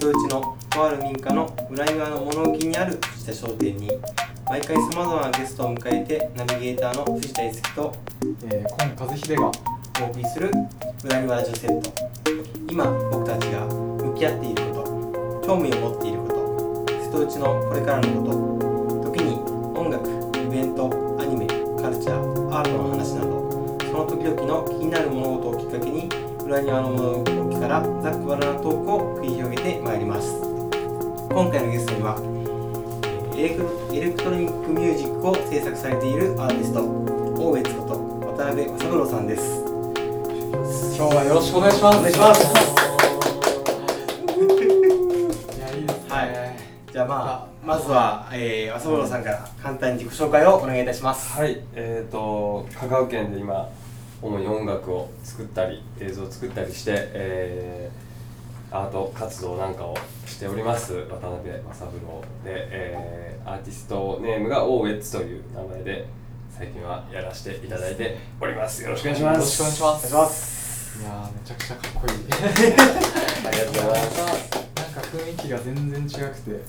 豊地のとある民家の裏側の物置にある藤田商店に毎回さまざまなゲストを迎えてナビゲーターの藤田樹とえー、今和秀がお送りする裏側ジョセット今僕たちが向き合っていること興味を持っていること瀬戸内のこれからのこと時に音楽イベントアニメカルチャーアートの話などその時々の気になる物事をきっかけに裏庭の物置からざっくばらんなトークを繰り広げてまいります今回のゲストにはえーエレクエレクトロニックミュージックを制作されているアーティスト大江津こと渡辺正郎さんです今日はよろしくお願いしますお願いしますいやいいですね、はいじゃあまあまずは、えー、浅室さんから簡単に自己紹介をお願いいたします。はい、えっ、と香川県で今主に音楽を作ったり映像を作ったりして、えーアート活動なんかをしております渡辺正三郎で、えーアーティストネームがオーウェッツという名前で最近はやらせていただいておりますよろしくお願いしますよろしくお願いしますます。いやーめちゃくちゃかっこいいありがとうございますなんか雰囲気が全然違くてはい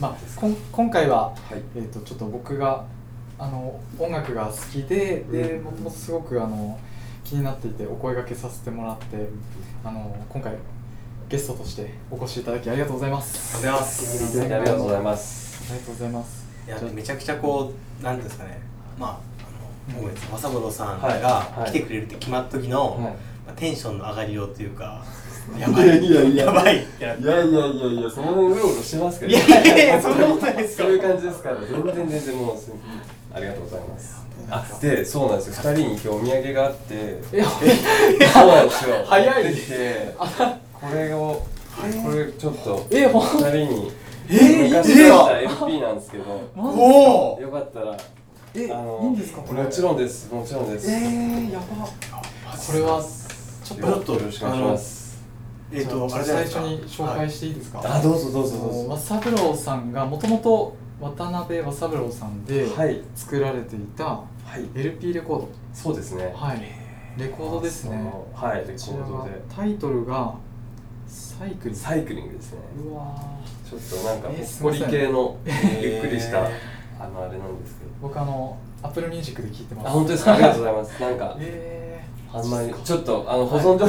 まあですこん今回は、はいえー、とちょっと僕があの音楽が好きででうんもともとすごくあの気になっていてお声掛けさせてもらってあの今回ゲストとしてお越しいただきありがとうございますありがとうございますありがとうございますありがとうございますいやめちゃくちゃこうなんていうんですかね、まああのうん大江さん正室さんはいがはい来てくれるって決まった時の、はいまあ、テンションの上がりようというか、いやばいいやいややばいってなっいて。やいやいやいやその辺うろうろしてますけどいやいやいやそんなことないですよそういう感じですから全然全然もうすありがとうございますあでそうなんですよ2人に今日お土産があってえそうなんですよ 早い持ってきてこれをこれちょっとえほん2人にえ昔いいん出ですしかた LP なんですけどマジですかおお。よかったらえ、あのいいんですかこれもちろんですもちろんですえー、やばこれはちょっよとちょっとろしくお願いしますえっ、とじあゃれじゃないで最すか。初に紹はい介していいですか、あどうぞどうぞどう和ぞ三郎さんがもともと渡辺和三郎さんではい作られていたはい LP レコーそうですねドはいレコードですねそうはいレコこちらードがでタイトルがサイクリンサイクリングですねうわーちょっとなんかほえーっすいこませりん系のーゆっくりしたあのあれなんですけど僕あの Apple Music で聴いてますあ本当ですかありがとうございますなんかえあんまりちょっとあの保存状態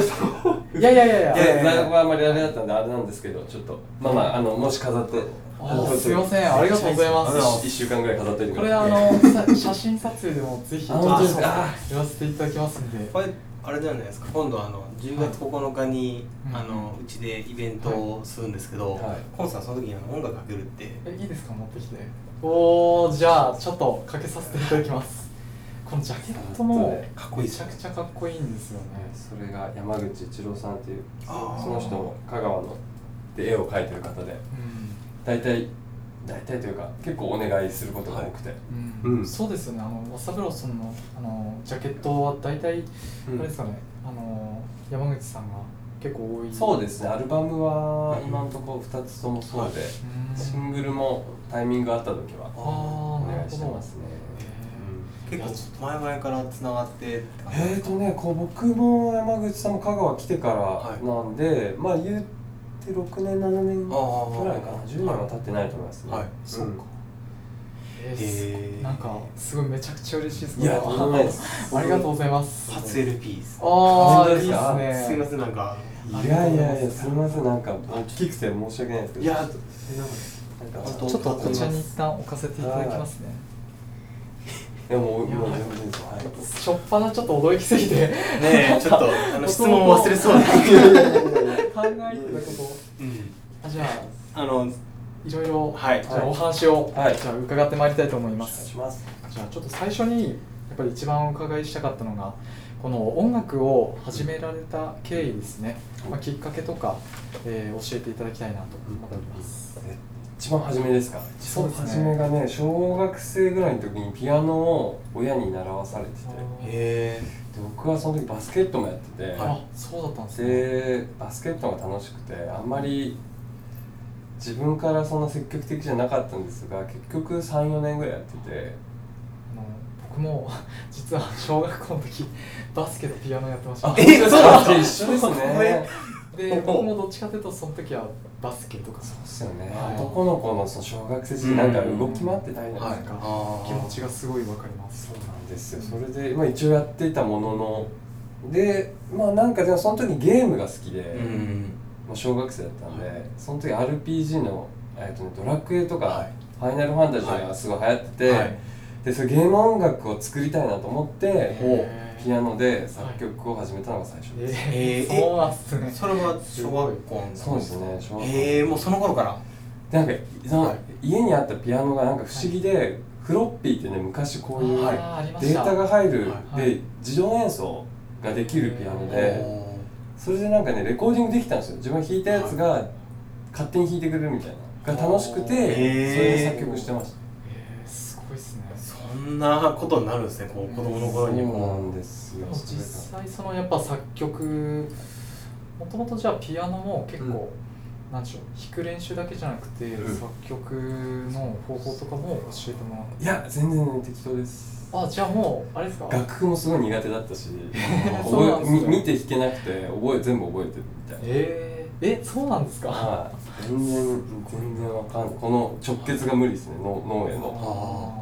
ー、いやいやいやいやいややいいやや在庫があんまりあれだったんであれなんですけどちょっとまあまああのもし飾ってあーすいませんありがとうございます1週間ぐらい飾っておいてこくだれあさいのさ写真撮影でもぜひちょあっ本当とですかあやらせていただきますんでこれあれじゃないですか今度あの10月9日に、はいあのうちでイベントをするんですけど、はいコンさんその時にあの音楽かけるってえいいですか持ってきておーじゃあちょっとかけさせていただきますこのジャケットもかっこいいめですちよゃねくちゃかっこいいんですよねそれが山口一郎さんっていうそあーの人も香川ので絵を描いてる方で大体大体というか結構お願いすることが多くて、うん、うんそうですよねあの和三郎さんのあのジャケットは大体、うんあれですかねあの山口さんが結構多い、そうですすねアルバムは今のところ2つともそうで、うんシングルもタイミングあった時はおああな願るいほしてどますね、結構ちょっと前々からつながってって感じえーとねこう僕も山口さんも香川来てからなんで、まあ言って6年7年あーぐらいかな10年は経ってないと思いますねはいそうか、えーへーなんかすごいめちゃくちゃ嬉しいですいやとんでもないですありがとうございます初 LP ですああ、いいで本当すね。すいませんなんかいやいやいやすみませんなんか大きくて申し訳ないですけいどやなんか本当ちょっとこちらに一旦置かせていただきますね。いやもうもう全然ですはいしょっぱなちょっと驚きすぎて 考ねえ ちょっとあの質問忘れそうですいやいやいやいやえてたこうんと。あじゃああのいろいろ、はいじゃあお話を、はいじゃあ伺ってまいりたいと思いおま願いすし。ますじゃあちょっと最初にやっぱり一番お伺いしたかったのがこの音楽を始められた経緯ですね。まあきっかけとか、えー教えていただきたいなと思います。一番初めですか一そう番ですね初めがね小学生ぐらいの時にピアノを親に習わされててへえで僕はその時バスケットもやってて、あ、そうだったんですね。でバスケットが楽しくてあんまり自分からそんな積極的じゃなかったんですが結局34年ぐらいやっててあの僕も実 は小学校の時バスケとピアノやってました えそうですか一緒ですねで僕もどっちかというとその時はバスケとかそうっすよね、はい男の子のその小学生時代なんか動き回ってたりじゃなないですんか、かあー気持ちがすごいわかりますそうなんですよそれで、まあ、一応やっていたもののでまあなんかでもその時ゲームが好きで、うんもう小学生だったんで、はいその時 RPG の、えっとね、ドラクエとか、はいファイナルファンタジーがすごい流行ってて、はいでそれゲーム音楽を作りたいなと思ってへーピアノで作曲を始めたのが最初です、ええー、ーそうなんですねそれは小学校のそうですね小学校へえもうその頃からでなんかその、はい家にあったピアノがなんか不思議で、フロッピーってね昔こういうあーありましデたータが入る、はいはいで自動演奏ができるピアノでおそれでなんかねレコーディングできたんですよ自分が弾いたやつが勝手に弾いてくれるみたいなが楽しくてそへーれで作曲してましたえー、すごいですねーそんなことになるんですねこう子供の頃にそうなんもですでよも実際そのやっぱ作曲もともとじゃあピアノも結構、なんでしょう弾く練習だけじゃなくて、うん作曲の方法とかも教えてもいや全然適当ですらってあじゃあもうあれですか楽譜もすごい苦手だった しそうなんで覚えすねみ見て弾けなくて覚え全部覚えてるみたいなえー、えそうなんですか、はい全然全然わかんないこの直結が無理ですね脳脳あーへなるのほ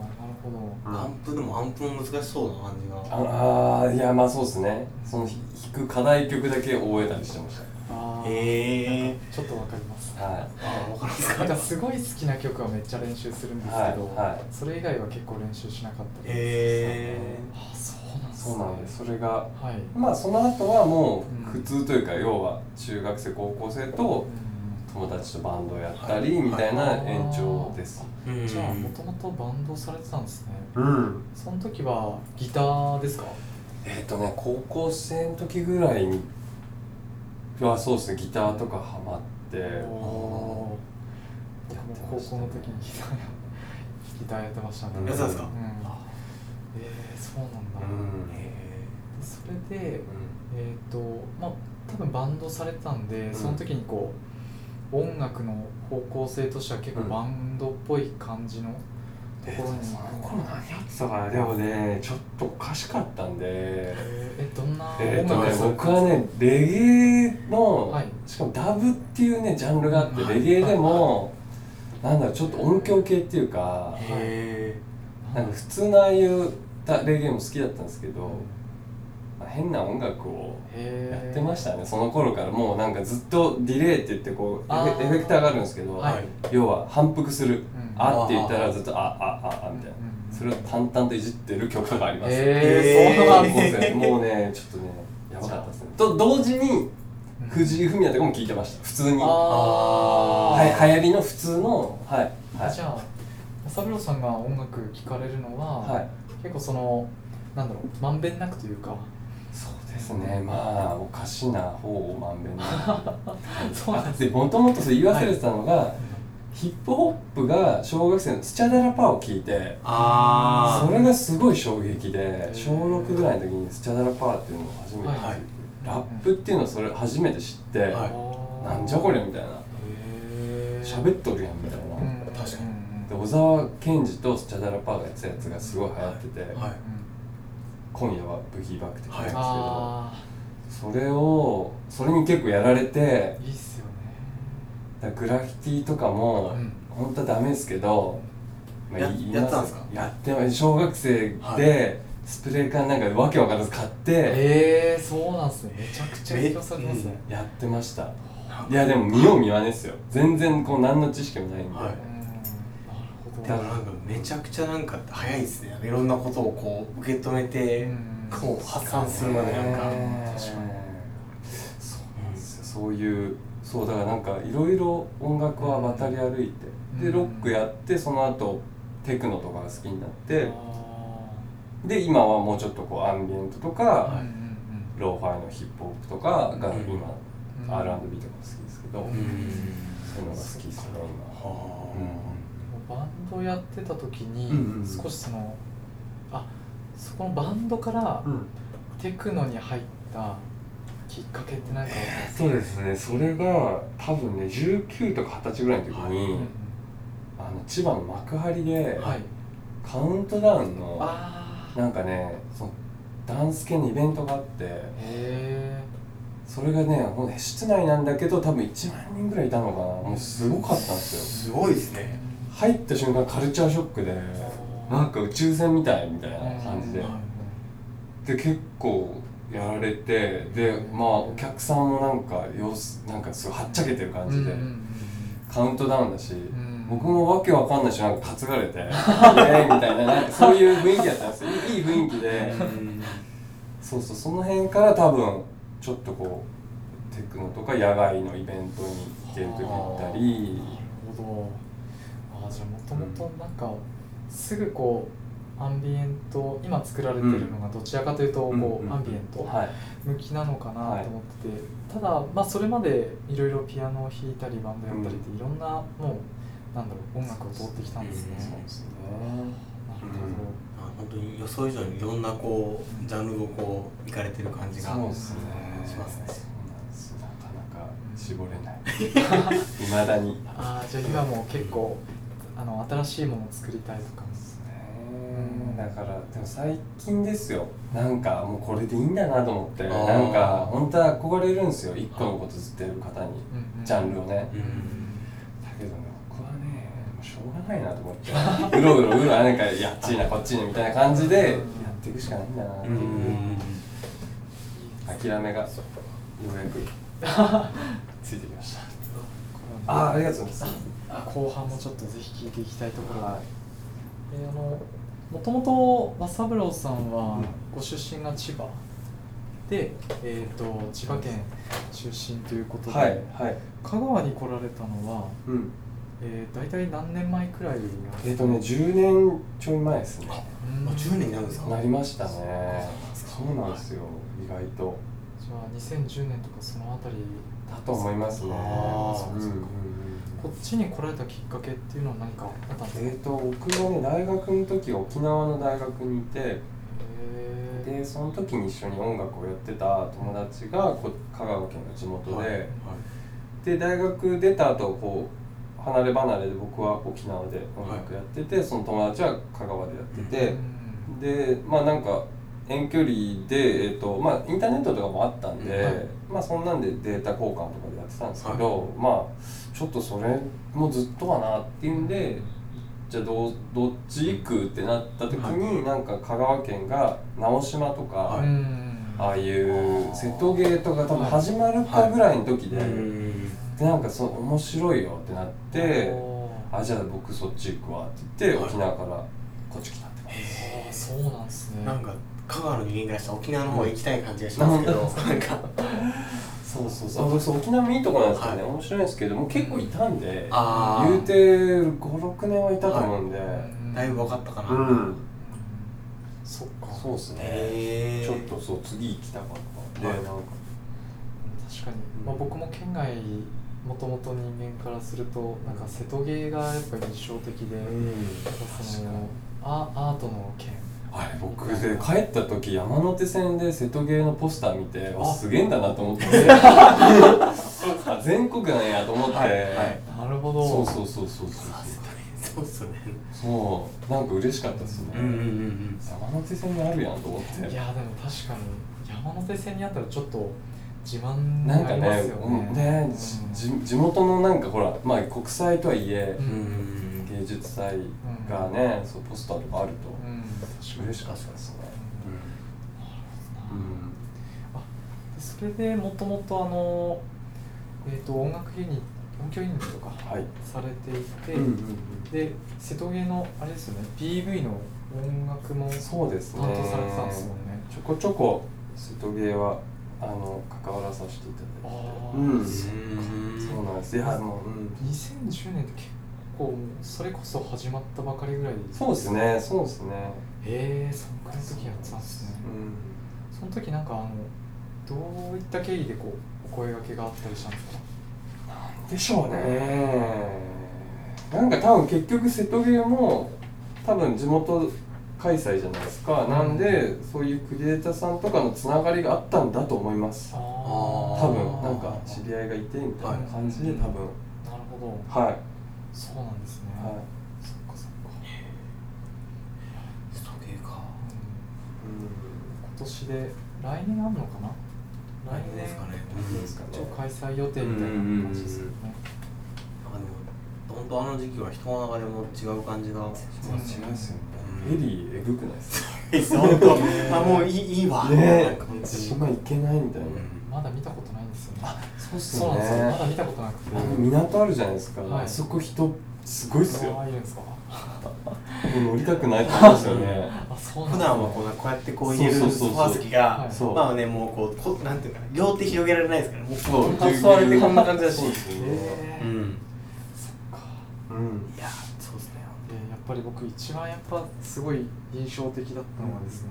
どアンプでもアンプも難しそうな感じがああいやまあそうですねそのひ弾く課題曲だけ覚えたりしてましあーへえちょっとわかりますたはいあ分かるんです なんかかすごい好きな曲はめっちゃ練習するんですけど、はいはいそれ以外は結構練習しなかったりへあーそうなんですねそうなんですそれがはい、まあその後はもうんう普通というか要は中学生高校生とうん友達とバンドをやったりみたいな延長ですえじゃあもともとバンドされてたんですねうんその時はギターですかえっ、とね高校生の時ぐらいにはそうですねギターとかハマっておやってましたね高校の時にギターやギターやってましたねやってたんですかうん、えー、そうなんだ、うんへでそれでうんえっ、とまあ多分バンドされてたんで、んその時にこう音楽の方向性としては結構うんバンドっぽい感じのところに、えーその頃何やってたかなでもねちょっとおかしかったんでえーどんなえ音っ楽とねですか僕はねレゲエの、はいしかもダブっていうねジャンルがあって、はいレゲエでも、なんだろうちょっと音響系っていうか、えなんか普通のああいうだレゲエも好きだったんですけど、まあ変な音楽をややってまししたねその頃からもうなんかずっとディレイって言ってこうエあフーェエフェクターがあるんですけど、はい要は反復する、んあって言ったらずっとああああみたいな、うんそれを淡々といじってる曲とかあります、えー、そうなんですね。ねもうねちょっとねやばかったですねと同時に 藤井フミヤとかも聞いてました普通にはあいー流行りの普通のはいはいじゃあ、朝風呂さんが音楽聴かれるのは、はい結構その、なんだろう、まんべんなくというか、そうですねまあおかしな方をまんべんな そうなんでくでもともとそう言い忘れてたのが、ヒップホップが小学生のスチャダラパーを聞いてあそれがすごい衝撃でー小6ぐらいの時にスチャダラパーっていうのを初めて聞いて、はいラップっていうのをそれ初めて知って、はななんじゃこれ、れみたいなへー喋っとるやんみたいな、うん、確かにで小沢健二とスチャダラパーがやってたやつがすごい流行ってて、いはい今夜はブギーバックって言うんですけど、あそれをそれに結構やられてーいいっすよね。だからグラフィティとかも、うん本当はダメですけど、まやいやってたんですかやってま小学生はでスプレー缶なんかわけわからず買ってえー、そうなんですね。めちゃくちゃ影響されますね。やってましたなんかいやでも見よう見まねですよ全然こう何の知識もないんで、はいうんなるほど。だからなんかめちゃくちゃなんか早いですねいろんなことをこう受け止めてうんこう発散するまでなんかね確かそうなんですよそういうそうだからなんかいろいろ音楽は渡り歩いて、うんでロックやってその後テクノとかが好きになって、あで今はもうちょっとこうアンビエントとか、ーうんうんうんローファイのヒップホップとかがうん今、うん R&B とかも好きですけど、にそういうのが好きですねはバ今ンドやってた時うんうんに少しその、あそこのバンドからうんテクノに入ったきっかけって何かそうですねそれが多分ね19とか20歳ぐらいの時に、あの千葉の幕張で、はい、はい、カウントダウンのああなんかねそのダンス系のイベントがあってへえそれがねこの室内なんだけど多分1万人ぐらいいたのかなもうすごかったんですすよごいですね入った瞬間カルチャーショックでなんか宇宙船みたいみたいな感じでで結構やられてでまあお客さんもなんか様子なんかすごいはっちゃけてる感じで、カウントダウンだし、ん僕もわけわかんないしなんか担が れて「イエーイみたいななんかそういう雰囲気だったんですよいいいい雰囲気でそうそうその辺から多分ちょっとこうテクノとか野外のイベントに行ける時行ったりなるほどあーじゃあもともとなんかすぐこうアンビエント今作られてるのがどちらかというとうんこうんうアンビエントはい向きなのかなと思ってて、ただまあそれまでいろいろピアノを弾いたりバンドやったりっていろんなもうなんだろう音楽を通ってきたんですね。そうですねなるほあ本当に予想以上にいろんなこうジャンルをこう行かれてる感じがそうですねしますねそうなんですなかなか絞れない未だにどああじゃあ今も結構あの新しいものを作りたいとかもねだからでも最近ですよなんかもうこれでいいんだなと思ってあなーんか本当は憧れるんですよ一個のことずっとやる方にジャンルをねうんだけどね僕はねもうしょうがないなと思ってうろうろうろなんかやっちいなこっちいなみたいな感じでやっていくしかないんだなっていううん諦めがようやくついてきましたあああありがとうございます後半もちょっとぜひ聞いていきたいところで、えーあのもともと和三郎さんはご出身が千葉で、えー、と千葉県出身ということで、はいはい香川に来られたのは、うんえー、大体何年前くらいなんですかえっ、とね10年ちょい前ですねうんもう10年になるんですかなりましたねそうなんですよ意外とじゃあ2010年とかそのあたりだと思いますねあーうんうんうんこっちに来られたきっかけっていうのは何かあったんですかえっと僕がね大学の時沖縄の大学にいてへーでその時に一緒に音楽をやってた友達がこ香川県の地元で、はいはいで大学出た後こう離れ離れで僕は沖縄で音楽やってて、その友達は香川でやってて、うんでまあなんか遠距離で、えっとまあ、インターネットとかもあったんで、はいまあそんなんでデータ交換とかでやってたんですけど、まあちょっとそれもずっとはなっていうんでじゃあどうどっち行くってなった時に、なんか香川県が直島とか、はいうんああいう瀬戸芸とか多分はい始まるかぐらいの時で,、うんでなんかそう面白いよってなって「あじゃあ僕そっち行くわ」って言ってはい沖縄からこっち来たって感じああそうなんですねなんか香川の人間からしたら沖縄の方行きたい感じがしますけど、うんなんかそうそうそう僕そう沖縄もいいとこなんですけどね、はい面白いんですけどもう結構いたんであ言うて56年はいたと思うんで、うんだいぶ分かったかな、うんそっかそうですねへえちょっとそう次行きたかったんで、はいなんか確かに、まあ、僕も県外もともと人間からするとなんか瀬戸芸がやっぱ印象的で、そのアアートの県あれ僕で帰った時山手線で瀬戸芸のポスター見てわすげえんだなと思って あ全国なんやと思って、はいなるほどそうそうそうそうそうそうっすねそうなんか嬉しかったですね、うんうんうん山手線にあるやんと思ってやでも確かに山手線にあったらちょっと自慢になんなかりねますよねうんねうんじ地元のなんかほら、まあ、国際とはいえう、んうんうん芸術祭がね、そうポスターとかあるうとん嬉しかったですね、うんそれでもともとあの、えー、と音楽ユニット音響ユニットとかはいされていて、うんうんうんで瀬戸芸のあれですよね PV の音楽も担そうですね当されてたんですもんねちょこちょこ瀬戸芸はあの関わらさせていたあだいあ、てうんそそううなんですいやもう、うん、 2010年って結構もうそれこそ始まったばかりぐらいですそうですねそうですねへえそんくらいの時やってたんですねその時なんかあのどういった経緯でこうお声掛けがあったりしたんですかうんでしょうねなんか多分結局瀬戸芸も多分地元開催じゃないですか、なんでそういうクリエイターさんとかのつながりがあったんだと思いますあー多分なんか知り合いがいてみたいな感じではい多分なるほどはい、そうなんですね、はいそっかそっか、ストーリーかうん今年で来年あるのかな来年年ですかね年ですかね一応開催予定みたいな感じですよねなんかでも本当あの時期は人の流れも違う感じがまあ違いますよねエリーえぐくないですか本当あもういいいいわなんねか本当に島行けないみたいなまだ見たことないんですよねそうっそうなんですよまだ見たことなくてあの港あるじゃないですか、はいあそこ人すごいっすよあいるんですか乗りたくないって言いますよねあそうな普んですね段はこうなこうやってこう入れるそソうそうそうそうファー席はがいそうまあねもうこうこうなんていうかな両手広げられないですからもうそこうう座れてこんな感じだしそうですねうへーんそっかうんいやそうですねでやっぱり僕一番やっぱすごい印象的だったのはですね、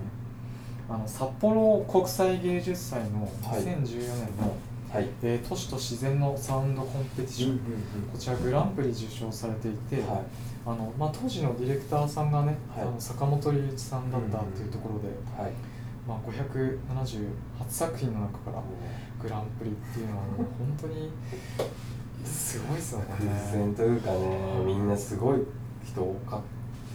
あの札幌国際芸術祭のはい2014年の、はいえー都市と自然のサウンドコンペティション、こちらグランプリ受賞されていて、はあのまあ、当時のディレクターさんがね、はいあの坂本龍一さんだったっていうところで、いはいまあ、578作品の中からグランプリっていうのはもう本当にすごいですよね。偶然というかねみんなすごい人多かっ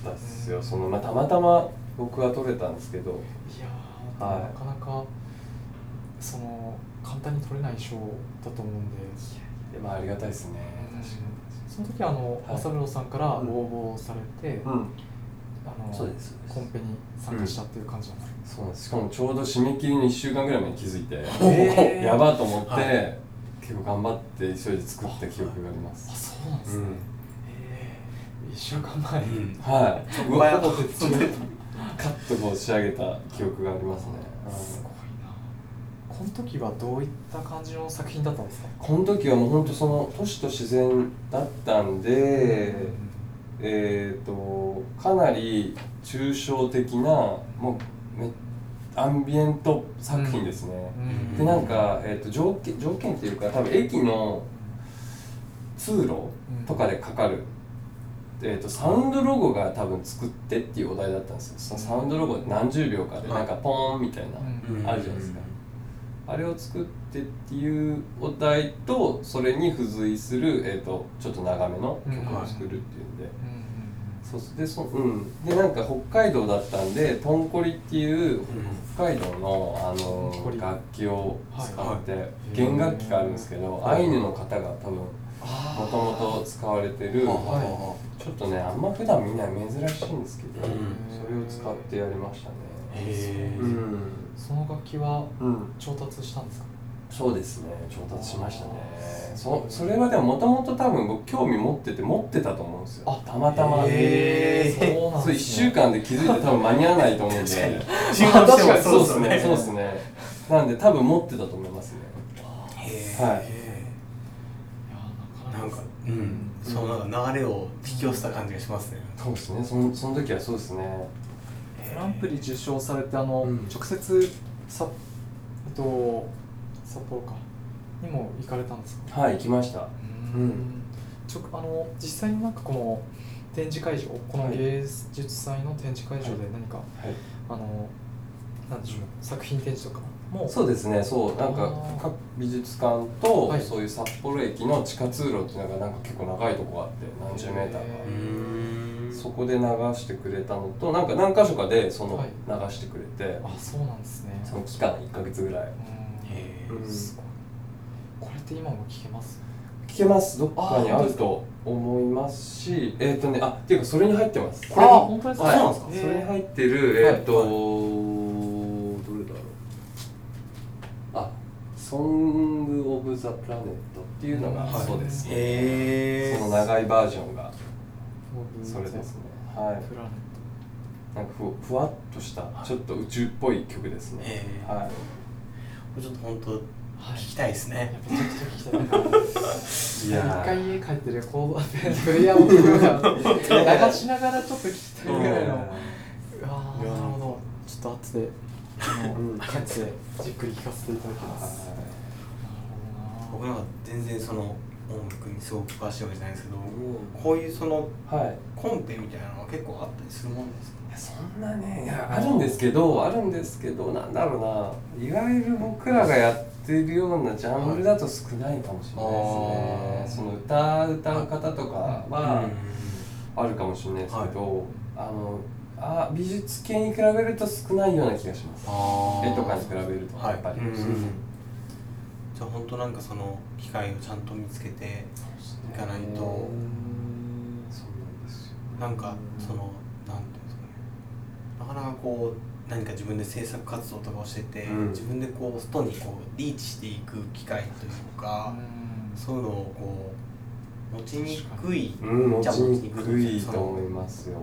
たっすよその、まあ、たまたま僕は取れたんですけどいやー、はいなかなかその簡単に取れない賞だと思うんででまあありがたいですねその時あのはい正室さんから応募されて、うんあのそうですそうですコンペに参加したっていう感じなんですか、そうなんですしかもちょうど締め切りの1週間ぐらい前に気づいてえーやばと思って、はい結構頑張って急いで作った記憶がありまあすそうなんでうすね、んええ1週間前、うんはいそほこぼはカやっぱットこう仕上げた記憶がありますね、すうんごいなこの時はどういった感じの作品だったんですかこの時はもう本当その都市と自然だったんで、えー、とかなり抽象的なもうめアンビエント作品ですね、うんでなんか、えー、と条件条件っていうか多分駅の通路とかでかかる、えー、とサウンドロゴが多分作ってっていうお題だったんですよそのサウンドロゴ何十秒かでなんかポーンみたいな、うんあるじゃないですかあれを作ってっていうお題とそれに付随する、えー、とちょっと長めの曲を作るっていうんで。うんうんそうっすでそうんでなんか北海道だったんでトンコリっていう北海道のあトンコのリ楽器を使って、い弦楽器があるんですけど、はいアイヌの方が多分もあーともと使われてる、はちょっとねあんま普段見ない珍しいんですけど、うんそれを使ってやりましたねへーうん、その楽器はうん、調達したんですかそうですね調達しましたねあーそそれはでももともと多分僕興味持ってて持ってたと思うんですよあたまたまへーそうなんそうで1す週ね間で気づいて多分間に合わないと思うん確かにで注目まあして確かもにそうですっねそうですねなんで多分持ってたと思いますねへはいいやーーななかんなかかうんそのなんか流れを引き寄せた感じがしますねそうですねそのその時はそうですねグランプリ受賞されてあの、うん直接さえっと札幌かにも行かれたんですかはい行きましたうーんちょあの実際になんかこの展示会場このはい芸術祭の展示会場で何か、あのなんでしょう、作品展示とかもそうですねそうなあんかー各美術館と、はいそういう札幌駅の地下通路っていうのがなんか結構長いとこがあって何十メーターかへんそこで流してくれたのとなんか何か所かでそはのい流してくれて、あそうなんですねその期間1ヶ月ぐらいへうーんーすごいこれって今も聞けます聞けますどっかにあ本あ当でるすかと思いますしえっ、とねあっていうかそれに入ってますこれあ本当ですかはいそうなんですかへーそれに入ってるえっ、と、どれだろうあソング・オブ・ザ・プラネットっていうのが、はいそうです、へーその長いバージョンがそれプでラネすねはットいなんかふふわっとしたちょっと宇宙っぽい曲ですね、へーはいこれちょっと本当はい聞きたいですいやねめちゃくちゃ聞きたいなんか一回いやー家帰ってレコードでプレイヤーを聞くから流しながらちょっと聞きたいぐらいのうわーいやーなるほどちょっと後であのうん帰ってじっくり聞かせていただきますなるほど僕なんか全然その音楽にすごく詳しいわけじゃないんですけどうんこういうそのはいコンペみたいなのは結構あったりするもんですかいやそんなねいやあるんですけどあるんですけどなんだろうないわゆる僕らがやってるようなジャンルだと少ないかもしれないですね、その歌歌う方とかはあるかもしれないですけど、あのあ美術系に比べると少ないような気がしますあー絵とかに比べるとやっぱり、うんうんうんじゃあ本当なんかその機会をちゃんと見つけていかないとそうなんですよなんかそのなんていうんですかねなかなかこう何か自分で制作活動とかをしてて、うん自分でこう外にこうリーチしていく機会というか、そういうのをこう持ちにくい、うん、持じゃあちにくいそとの思いますよ。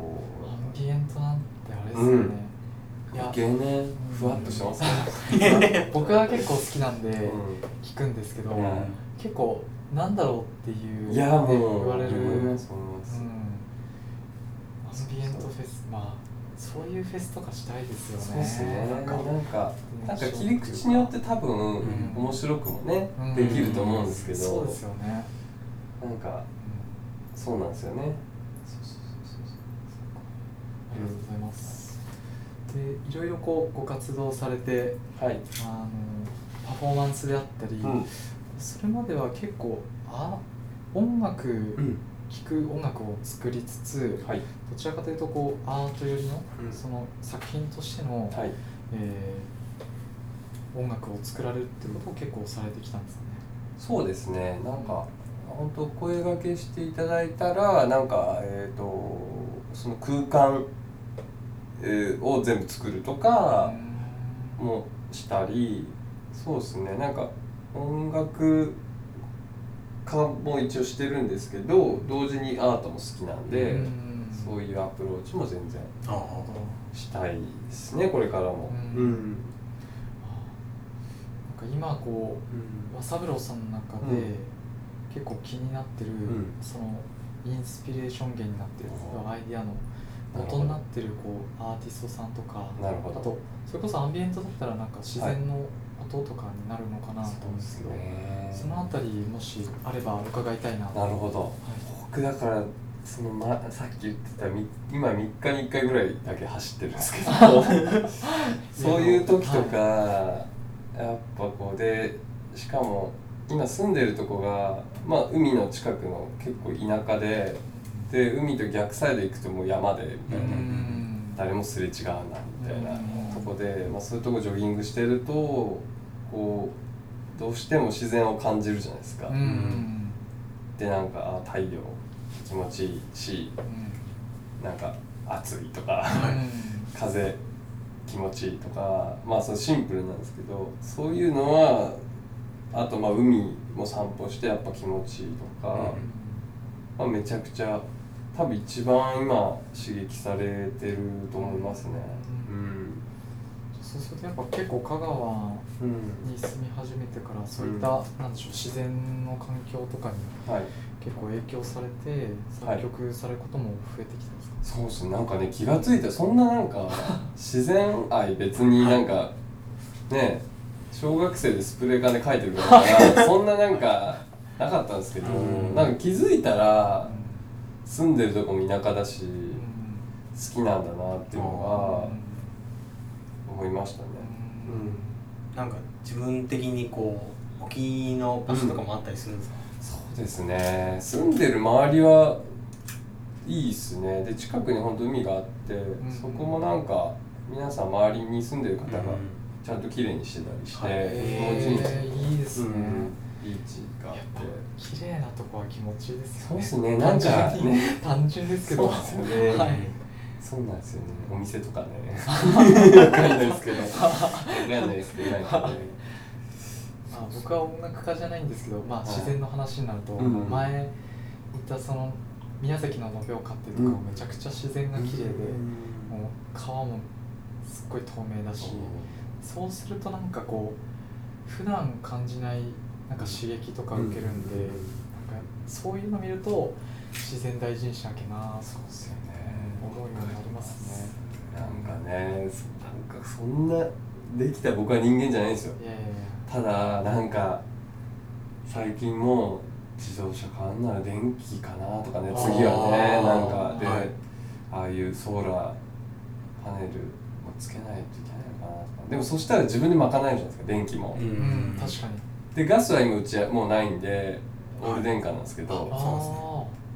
アンビエントなんてあれですよね、いやゲね、ふわっとしてますね。僕は結構好きなんでう聞くんですけど、うん結構なんだろうっていう、んいや、もう、言われる、思いうん、アまンす思いますビエントフェスまあそういうフェスとかしたいですよねそうですね。ななんんかか、なんか、なんか切り口にによって多分、うん面白くもね、できると思うんですけそうどで、すよね、なんか、うんそうなんですよね。ありがとうございます。でいろいろこうご活動されてはい。あのパフォーマンスであったり、うん。それまでは結構あ音楽うん。聴く音楽を作りつつはい。どちらかというとこうアート寄りの、うんその作品としての、はい。えー音楽を作られるっていうことを結構されてきたんですよね。そうですねなんか本当声掛けしていただいたらなんかえっ、とその空間、えーを全部作るとかうもしたりそうですねなんか音楽家も一応してるんですけど同時にアートも好きなんで、んそういうアプローチも全然あなるほあどしたいですねこれからも。うんなんか今こう和三郎さんの中で、うん結構気になってる、んそのインスピレーション源になってるあーアイディアのなるほ元どになってるこうアーティストさんとかなるほあどとそれこそアンビエントだったらなんか自然の音とかになるのかなと思うんですけど、ねそのあたりもしあれば伺いたいななるほど僕だからその、ま、さっき言ってたみ今3日に1回ぐらいだけ走ってるんですけど そういう時とか、やっぱこうでしかも今住んでるとこが、まあ、海の近くの結構田舎でで海と逆サイド行くともう山でみうたいな、ん誰もすれ違うなみたいなうんとこで、まあ、そういうとこジョギングしてるとこうどうしても自然を感じるじゃないですか。うんでなんかあ太陽気持ちいいしうんなんか暑いとかうん風気持ちいいとかまあそのシンプルなんですけどそういうのはあとまあ海も散歩してやっぱ気持ちいいとか、うんまあ、めちゃくちゃ多分一番今刺激されてると思いますね。うん、そうするとやっぱ結構香川うんに住み始めてからそういった、なんでしょう自然の環境とかにはい結構影響されてはい作曲されることも増えてきたんですか、そうですねなんかね気が付いてそんななんか自然愛別になんかね小学生でスプレー缶で描いてるからそんななんかなかったんですけどうんなんか気づいたら住んでるとこも田舎だしうん好きなんだなっていうのが思いましたね。うんなんか自分的にこうお気に入りの場所とかもあったりするんですか、そうですね住んでる周りはいいっすねで近くに本当海があって、んそこもなんか皆さん周りに住んでる方がうんちゃんと綺麗にしてたりして、はい気持ちいいですへねーいいですね、ビーチがあっやてっぱ綺麗なとこは気持ちいいですそうよでねすねなんか単純にね単純ですけどそうですよねはい、そうなんですよねお店とかねわかんないですけどわかんないですけどなん かねまあ、僕は音楽家じゃないんですけど、まあ、自然の話になると、うん前行ったその宮崎の延岡っていうところうんめちゃくちゃ自然が綺麗で、もう川もすっごい透明だし、そうするとなんかこう普段感じないなんか刺激とか受けるんで、うんなんかそういうの見ると自然大事にしなきゃなそうですよね思うようになりますねなんかねそなんかそんなできた僕は人間じゃないんですよいやいやいただなんか最近も自動車買うなら電気かなとかねあー次はねなんかで、はいああいうソーラーパネルもつけないといけないのかなとかでもそしたら自分で賄えるじゃないですか電気も、うんやうん確かにでガスは今うちはもうないんでオール電化なんですけど、あそう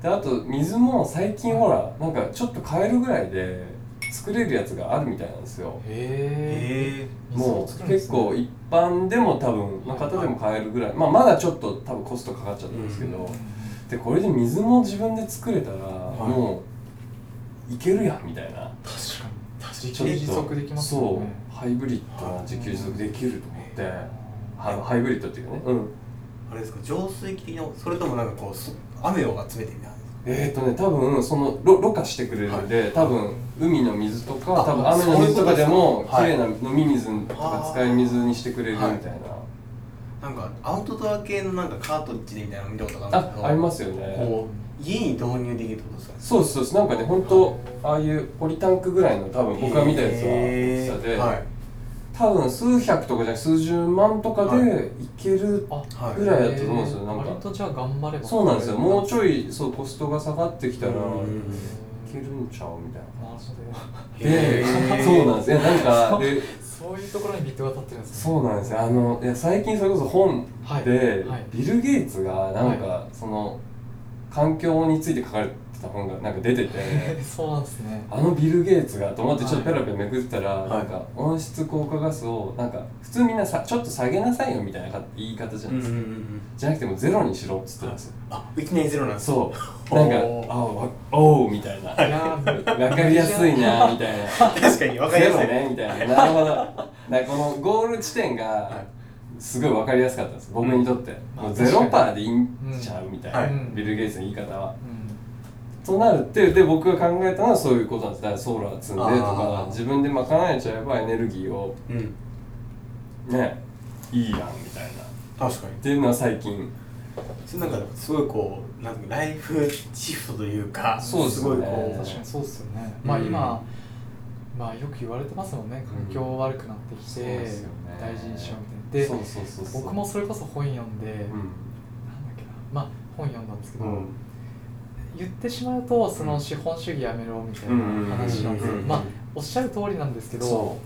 ですねあであと水も最近ほらなんかちょっと買えるぐらいで作れるやつがあるみたいなんですよへええもう結構い一般でも多分の方でも買えるぐらい、まあ、まだちょっと多分コストかかっちゃったんですけど、でこれで水も自分で作れたらいもういけるやんみたい確なかにち確ょっとかに自足できますもんねそうハイブリッドな自給自足できると思って、はハイブリッドっていうかね、うん、あれですか浄水器的なそれともなんかこうす雨を集めてみたいなえっ、とね多分そのろろ過してくれるんで、多分海の水とか多分雨の水とかでも綺そうい麗うな飲み水とか使い水にしてくれるみたいな、なんかアウトドア系のなんかカートリッジでみたいなの見たことがあるんですあけどありますよねこう家に導入できるってことですかねそうですそうですなんかね本当ああいうポリタンクぐらいの多分僕が見たやつは大きさで、へーはい多分数百とかじゃなく数十万とかはでいける、あはいぐらいだと思うんですよなんか割とじゃあ頑張ればそうなんですよもうちょいょいそうコストが下がってきたらいうんけるんちゃうみたいな。なるほで へーそうなんですよなんかそうでどそういうところにビットが立ってるんですねそうなんですよあのいや最近それこそ本はいで、はいビル・ゲイツがなんか、はその環境について書かれてた本がなんか出ててそうなんですねあのビル・ゲイツがと思ってちょっとペラペラめくってたら、いなんか温室効果ガスをなんか普通みんなさちょっと下げなさいよみたいなか言い方じゃうないんでうんうんすか、うんじゃなくてもゼロにしろっつってたんですよあいきなりゼロなんですうそおうなんーかあわおうみたいなわいやーかりやすいなみたい な確かに分かりやすいゼロねみたいななるほどだからこのゴール地点がすごい分かりやすかったんです僕にとって、うんもうあゼロ確パかーでいいんちゃうみたいな、はいビル・ゲイツの言い方は。うんとなるってで僕が考えたのはそういうことなんですだからソーラー積んでとあかー自分で賄えちゃえばエネルギーをうんねいいやんみたいなっ確かにていうのは最近それなんかすごいこうなんかライフシフトというかそうですすねごいこ確かにそうっすよねまあうん今まあよく言われてますもんね環境悪くなってきそうてですよね大事にしようみたいなそうでそうそうそう僕もそれこそ本読んでなんだっうけんなまあ本読んだんですけうどん言ってしまうとその資本主義やめろみたいな話なんうんですようんうんうんまあおっしゃる通りなんですけどそ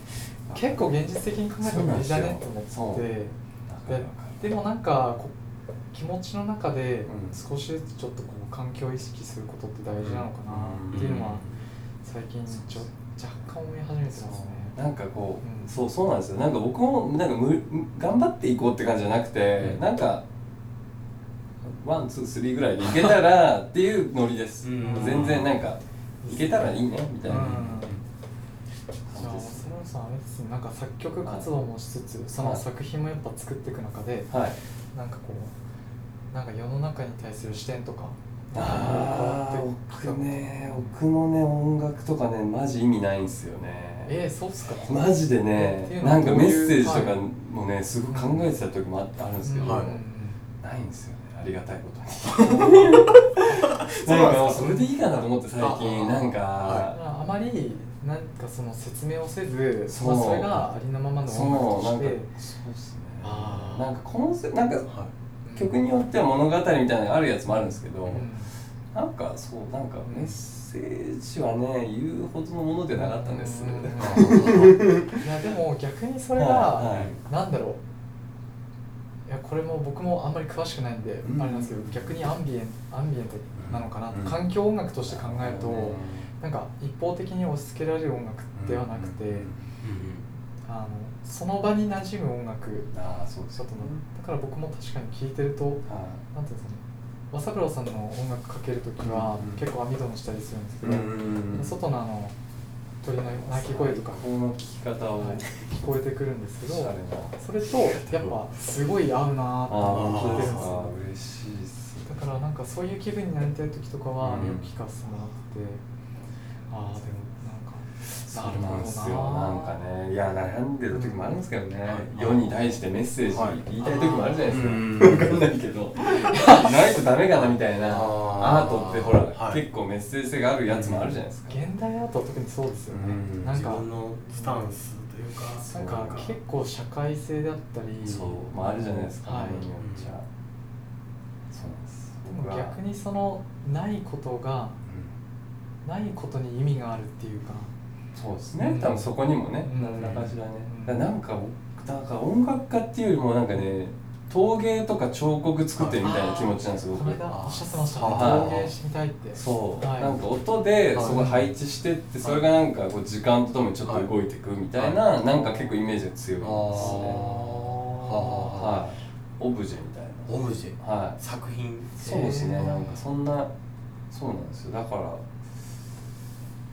う結構現実的に考えたら無理だねと思ってわかるわかでもなんかこう気持ちの中でうん少しずつちょっとこう環境を意識することって大事なのかうんなっていうのは最近ちょ若干思い始めてますねるなんかこう、うんそうそうなんですよなんか僕もなんかむ頑張っていこうって感じじゃなくて、うんなんかワンツースリーぐらいでいけたらっていうノリです、うん全然なんかいけたらいいねみたいなうんじゃあ感じで松す、村さんあれですねなんか作曲活動もしつつその作品もやっぱ作っていく中ではいなんかこうなんか世の中に対する視点とかあなんかこうあ僕ね僕のね音楽とかねマジ意味ないんすよねえー、そうっすかマジでっていねうのはなんかどうメいうッセージとかもねすごく考えてた時もああるんですけど、はいないんですよねありがたいことにそうなんんですかなかもうそれでいいかなと思って最近あなんだかからあまりなんかその説明をせずそうまあ、それがありのままのそ音うな楽んとかしてそうっすねあーなんかコンセなんかは曲によっては物語みたいなのがあるやつもあるんですけうどんなんかそうなんかメッセージはね言うほどのものでなかったんですうんはいやでも逆にそれが、いなんだろういやこれも僕もあんまり詳しくないんで、うんあれなんですけど逆にアンビエンアンビエントなのかな、うん環境音楽として考えると、なんか一方的に押し付けられる音楽ではなくて、うんあのその場に馴染む音楽ああそうですちょよっねとねだから僕も確かに聴いてるとはなんていうんですかね和三郎さんの音楽かけるときはうん結構網戸にしたりするんですけいど、うん外のあの鳥の鳴き声とか、この聞き方をはい聞こえてくるんですけおしゃどれなそれとやっぱすごい合うなーって聞いてるんですあよー嬉しいっすねだからなんかそういう気分になりたい時とかはうんよく聞かせてもらって、ああでそうもなんなんかなるほどなですよなんかねいや悩んでた時もあるんですけどね、はい世に対してメッセージはい言いたい時もあるじゃないですか、あー分かんないけど ないとダメかなみたいなアあーートってほら、はい結構メッセージ性があるやつもあるじゃないですか、現代アートは特にそうですよね、うんなん自か分のスタンスというかなんか結構社会性だったりそう、まあ、あるじゃないですか、はいもうじゃあそうなんですで僕もは逆にそのないことがないことに意味があるっていうかそうですね、多分そこにもね、うん何らかしらね、うんだからなんか僕なんか音楽家っていうよりもなんかね陶芸とか彫刻作ってるみたいな気持ちなんですよこ僕の間おっしゃってましたねはい陶芸してみたいってそう、はいなんか音ではいそこ配置してって、それがなんかこう時間とともにちょっと動いていくみたいな、なんか結構イメージが強いですねあはあはいオブジェみたいオブジェなはい作品そうですねへーなんかそんなそうなんですよだから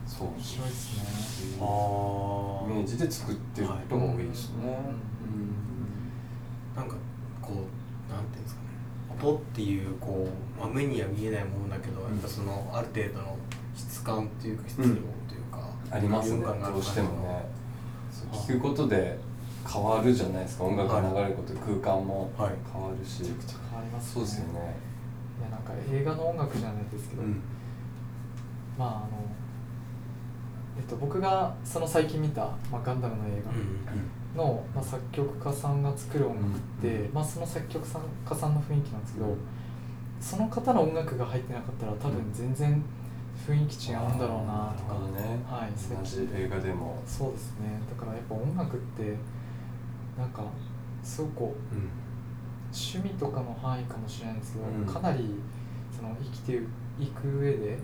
そう面白いですねああイメージで作ってることが多いですね、なんかこうなんていうんですかね音っていうこう、まあ、目には見えないものだけど、うんやっぱそのある程度の質感っていうか質量というか、ありますね文化の中どうしてもねそうはい聞くことで変わるじゃないですか音楽が流れることで空間も変はいわるし、めちゃくちゃ変わりますねそうですよねいやなんか映画の音楽じゃないですけど、うんまああのえっと僕がその最近見た、まあ、ガンダムの映う画んの、まあ、作曲家さんが作る音楽って、うまあ、その作曲さん家さんの雰囲気なんですけど、その方の音楽が入ってなかったら多分全然雰囲気違うんだろうなとか、るほどねはい同じ映画でも、そうですねだからやっぱ音楽ってなんかすごくこう趣味とかの範囲かもしれないんですけど、うんかなりその生きていく上で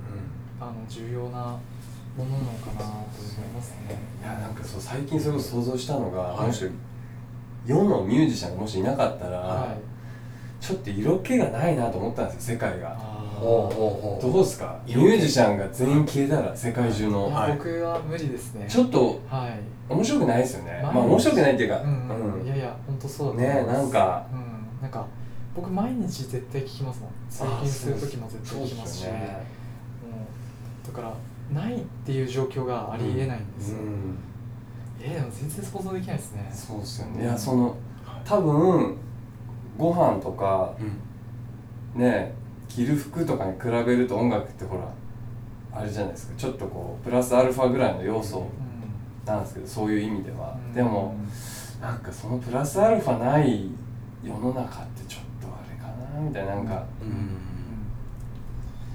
あの重要なものなのかなと思いますね。いやなんかそう最近それを想像したのが、はいもし世のミュージシャンがもしいなかったら、はい。ちょっと色気がないなと思ったんですよ世界があーおうおうどうおうですかミ色気ュージシャンが全員消えたら世界中いやのはい僕は無理ですね。ちょっとはい。面白くないですよねままああ面白くないっていうかうんううん、んいやいや本当そうだと思いねますなん。かうんなんか僕毎日絶対聞きますもん。通勤する時も絶対聞きますし、そうもですよねうだからないっていう状況がありえないんですよ。うんえーでも全然想像できないですね。そうですよねいやその多分ご飯とかうんね着る服とかに比べると音楽ってほらあれじゃないですかちょっとこうプラスアルファぐらいの要素うなんですけどそういう意味ではんでもなんかそのプラスアルファない世の中ってちょっとあれかなみたいななんかううんん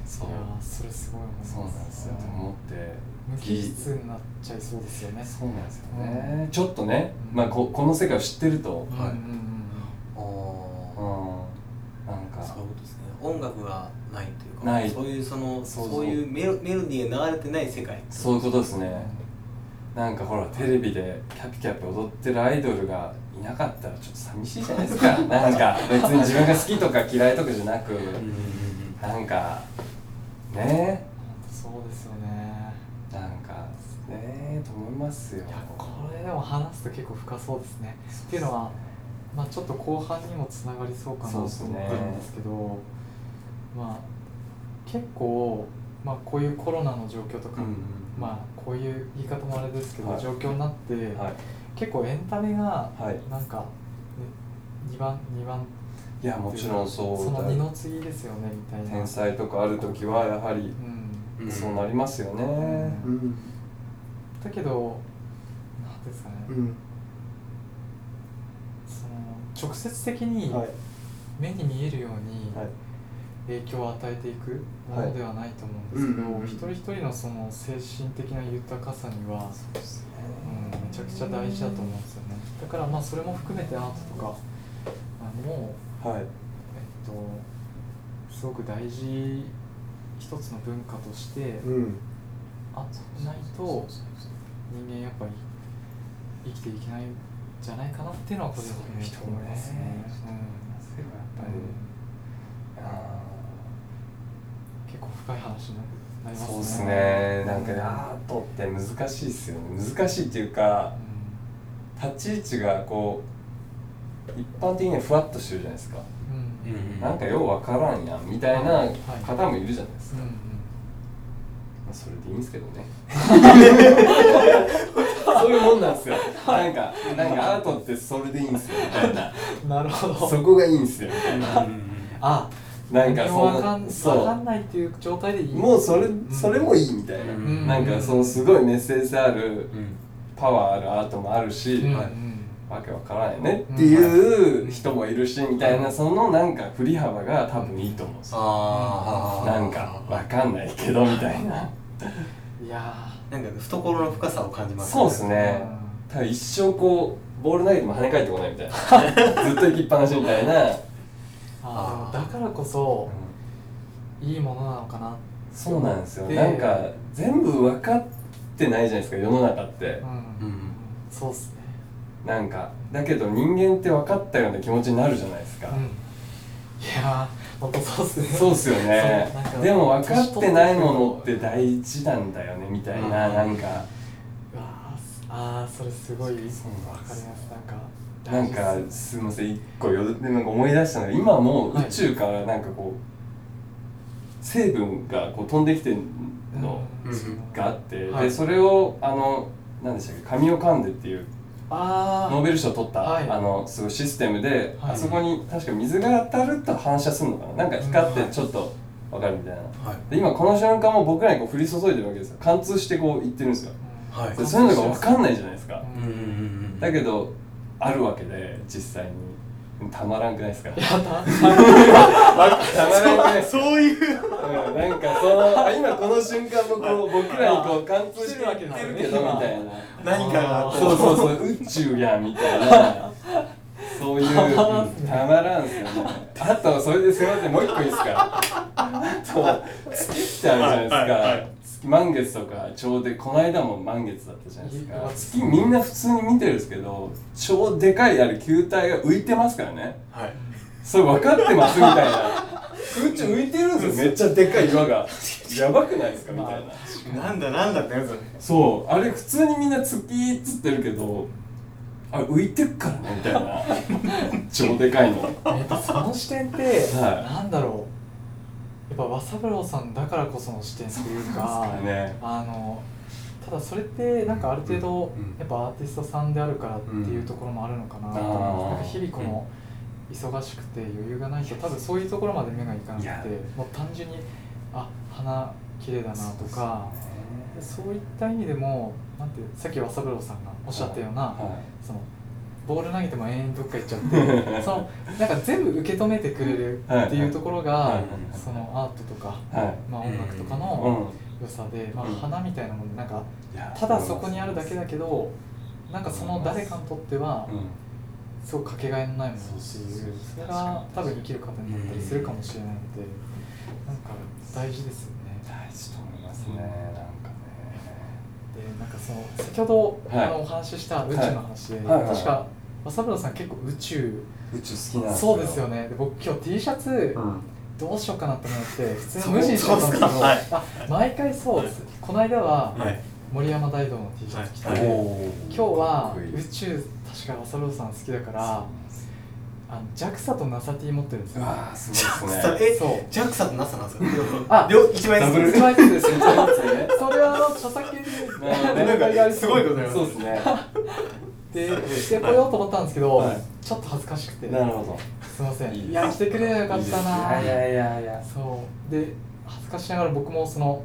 そいやーうそれすごい思いますそうなんですよと思って無機質になっちゃいそうですよねそうなんですよねちょっとねまあここの世界を知ってるとうんはいうんうんあーうんなんかそういうことですね音楽がないというかないそういうそのそうそうそういうメロメロディーが流れてない世界そういうことですねなんかほらテレビでキャピキャピ踊ってるアイドルがいなかったらちょっと寂しいじゃないです かなんか別に自分が好きとか嫌いとかじゃなくなんかねうんほんとそうですよねなんかねと思いますよいやこれでも話すと結構深そうですねっていうのは、まあ、ちょっと後半にもつながりそうかなとそう思でっすてねるんですけどまあ結構、まあ、こういうコロナの状況とか、まあこういう言い方もあれですけど、はい状況になって、あはい結構エンタメがはいなんか、ね、2番2番いやもちろんそうそのだ二の次ですよねみたいな天才とかある時はやはりうんうんそうなりますよねううんだけどなんですかね、うんその直接的にはい目に見えるようにはい影響を与えていくものではないと思うんですけど、はいうんうんうん一人一人のその精神的な豊かさには、そうですねうん、めちゃくちゃ大事だと思うんですよねだからまあそれも含めてアートとかあもはいえっとすごく大事一つの文化としてうんあってないと人間やっぱり生きていけないんじゃないかなっていうのは個人的に思いますね。そういう人もねうんあ結構深い話になーりますね。そうですねなんかアートって難しいですよね難しいっていうか立ち位置がこう一般的にはふわっとしてるじゃないですかうんうんうんなんかようわからんやんみたいな方もいるじゃないですか、まあそれでいいんですけどね そういうもんなんですよなんかなんかアートってそれでいいんですよみたいなうんなるほど。そこがいいんですよみたいなあ、なんか何そもんわかんわなかそ。んないっていう状態でいいうもうそれそれもいいみたいな、うんなんかそのすごいメッセージあるパワーあるアートもあるし、うんうんはいわけわからんよねっていう人もいるしみたいなそのなんか振り幅が多分いいと思うんですよああなんかわかんないけどみたいないやなんか懐の深さを感じますそうですーね多分一生こうボール投げても跳ね返ってこないみたいなずっと行きっぱなしみたいな、ああーあだからこそいいものなのかなそうなんですよでなんか全部分かってないじゃないですか世の中ってう、ん、うんそうっすねなんかだけど人間って分かったような気持ちになるじゃないですか、うんいやー本当そうっすねそうっすよねそうなんかでも分かってないものって大事なんだよねみたいな、うんなんかうわーすあーそれすごいわかりそうなんでますすよなんかなんか大事っすすみません一個よでなんか思い出したのが今もうはい宇宙からなんかこう成分がこう飛んできてるのうんうんがあって、はでいそれをあの何でしたっけ神オカンデっていうあノーベル賞を取った、はいあのすごいシステムで、はいあそこに確か水が当たると反射するのかななんか光ってちょっとわかるみたいな。はいで今この瞬間も僕らにこう降り注いでるわけですよ貫通してこう行ってるんですよーはいでそういうのが分かんないじゃないですかうんうんうんうんだけどあるわけで実際にたまらんくないですかたやだまらんくないですそかういううんなんかそのあ今この瞬間もこう僕らにこう貫通していってるけどみたいな何かがあったそうそうそう宇宙やみたいなそういたうまらんっすねたまらんっすよねあとそれですいませんもう一個いいですかあと月ってあるじゃないですか、はいはいはい月満月とかちょうでこの間も満月だったじゃないですいやか月みんな普通に見てるんですけど超でかいある球体が浮いてますからねはいそれ分かってますみたい な宇宙浮いてるんですよめっちゃでかい岩がやばくないですかみたいななんだなんだってやつそうあれ普通にみんな月っつってるけどあれ浮いてるからねみたいな 超でかいのえっとその視点って、はいなんだろうやっぱ和三郎さんだからこその視点というかねあのただそれってなんかある程度、うんやっぱアーティストさんであるからっていうところもあるのかなとうん思います、なんか日々この忙しくて余裕がないと多分そういうところまで目がいかなくいてやもう単純にあ花綺麗だなとかそう,、いった意味でもなんてさっき和三郎さんがおっしゃったような、はそのボール投げても永遠にどっか行っちゃって そのなんか全部受け止めてくれるっていうところはいはがいはいそのアートとか、いはいまあ、音楽とかうのん良さで、まあうん、花みたいなものなんかいやただそこにあるだけだけどなんかその誰かにとってはうんすごくかけがえのないものっていうそうそうそうそれが多分生きる方になったりするかもしれないのでなんか大事ですよね。大事と思いますねなんかねでなんかその先ほど、はいあのお話しした宇宙の話で、はいはいはい確か和三郎さん結構宇宙宇宙好きなんそうですよねで僕今日 T シャツうんどうしようかなと思って普通に無地にしてたんですけそどうそうっすあ毎回そうです、この間ははい森山大道の T シャツ着て、は今い日はかっこいい宇宙確か浅野さん好きだからあの JAXA と NASA T 持ってるんですうよわーすごい ですねえそうジャックさんと NASA なんですよあ両一枚ずつダブル一枚ずつですねねそれはあの著作権にほどねなんかすごいことだよそうですねででこれようと思ったんですけど、はいちょっと恥ずかしくてなるほすいませんいいですいや着てくれりゃよどかったないいですねいやいやいやそうで恥ずかしながら僕もその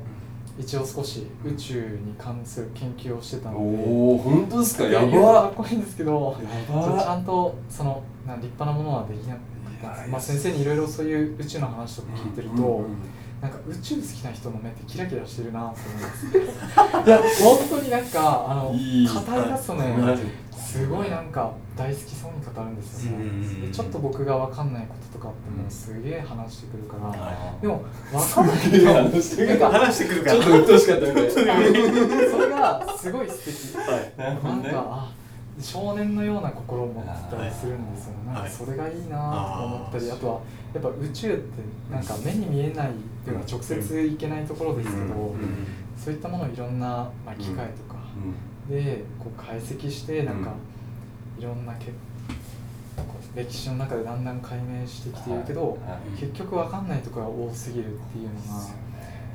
一応少し宇宙に関する研究をしてたのでおお本当ですかやばいやかっこいいんですけどちょっとちゃばんとそのなん立派なものはできなかったんですいやまあ、先生にいろいろそういう宇宙の話とか聞いてると、うんうんうんなんか宇宙好きな人の目ってキラキラしてるなと思いますいや本当になんかあのいい語り出すとはねいすごいなんか大好きそうに語るんですようんうんうんねでちょっと僕が分かんないこととかあってもすげえ話してくるから、はいでも分かんないけ いどやなん話してくるか話してくるかちょらっと鬱陶しかったみたいそれがすごい素敵はいなるほなどんかねあ少年のような心を持ってたりするんですよはねいなんかそれがいいなと思ったりああーとはやっぱ宇宙ってなんか目に見えないっていうのは直接行けないところですけど、うんそういったものをいろんな、まあ、機械とかでこう解析してなんかいろんなけこう歴史の中でだんだん解明してきているけどはいい結局わかんないところが多すぎるっていうのが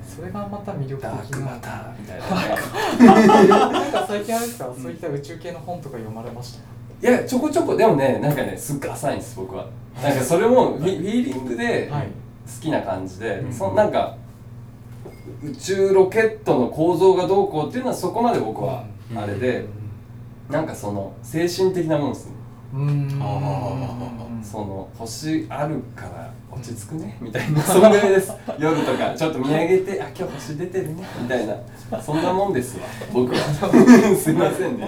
それがまた魅力的ダークなマターみたいなねなんか最近あれですか、そういった宇宙系の本とか読まれましたいやちょこちょこでもねなんかねすっごい浅いんです僕はなんかそれもフィフィーリングではい好きな感じで、うんそのなんか宇宙ロケットの構造がどうこうっていうのはそこまで僕はうんあれで、なんかその精神的なもんですねうんああうんその星あるから落ち着くねみたいなそんぐらい です夜とかちょっと見上げてあ今日星出てるねみたいなそんなもんですわ 僕はすいませんね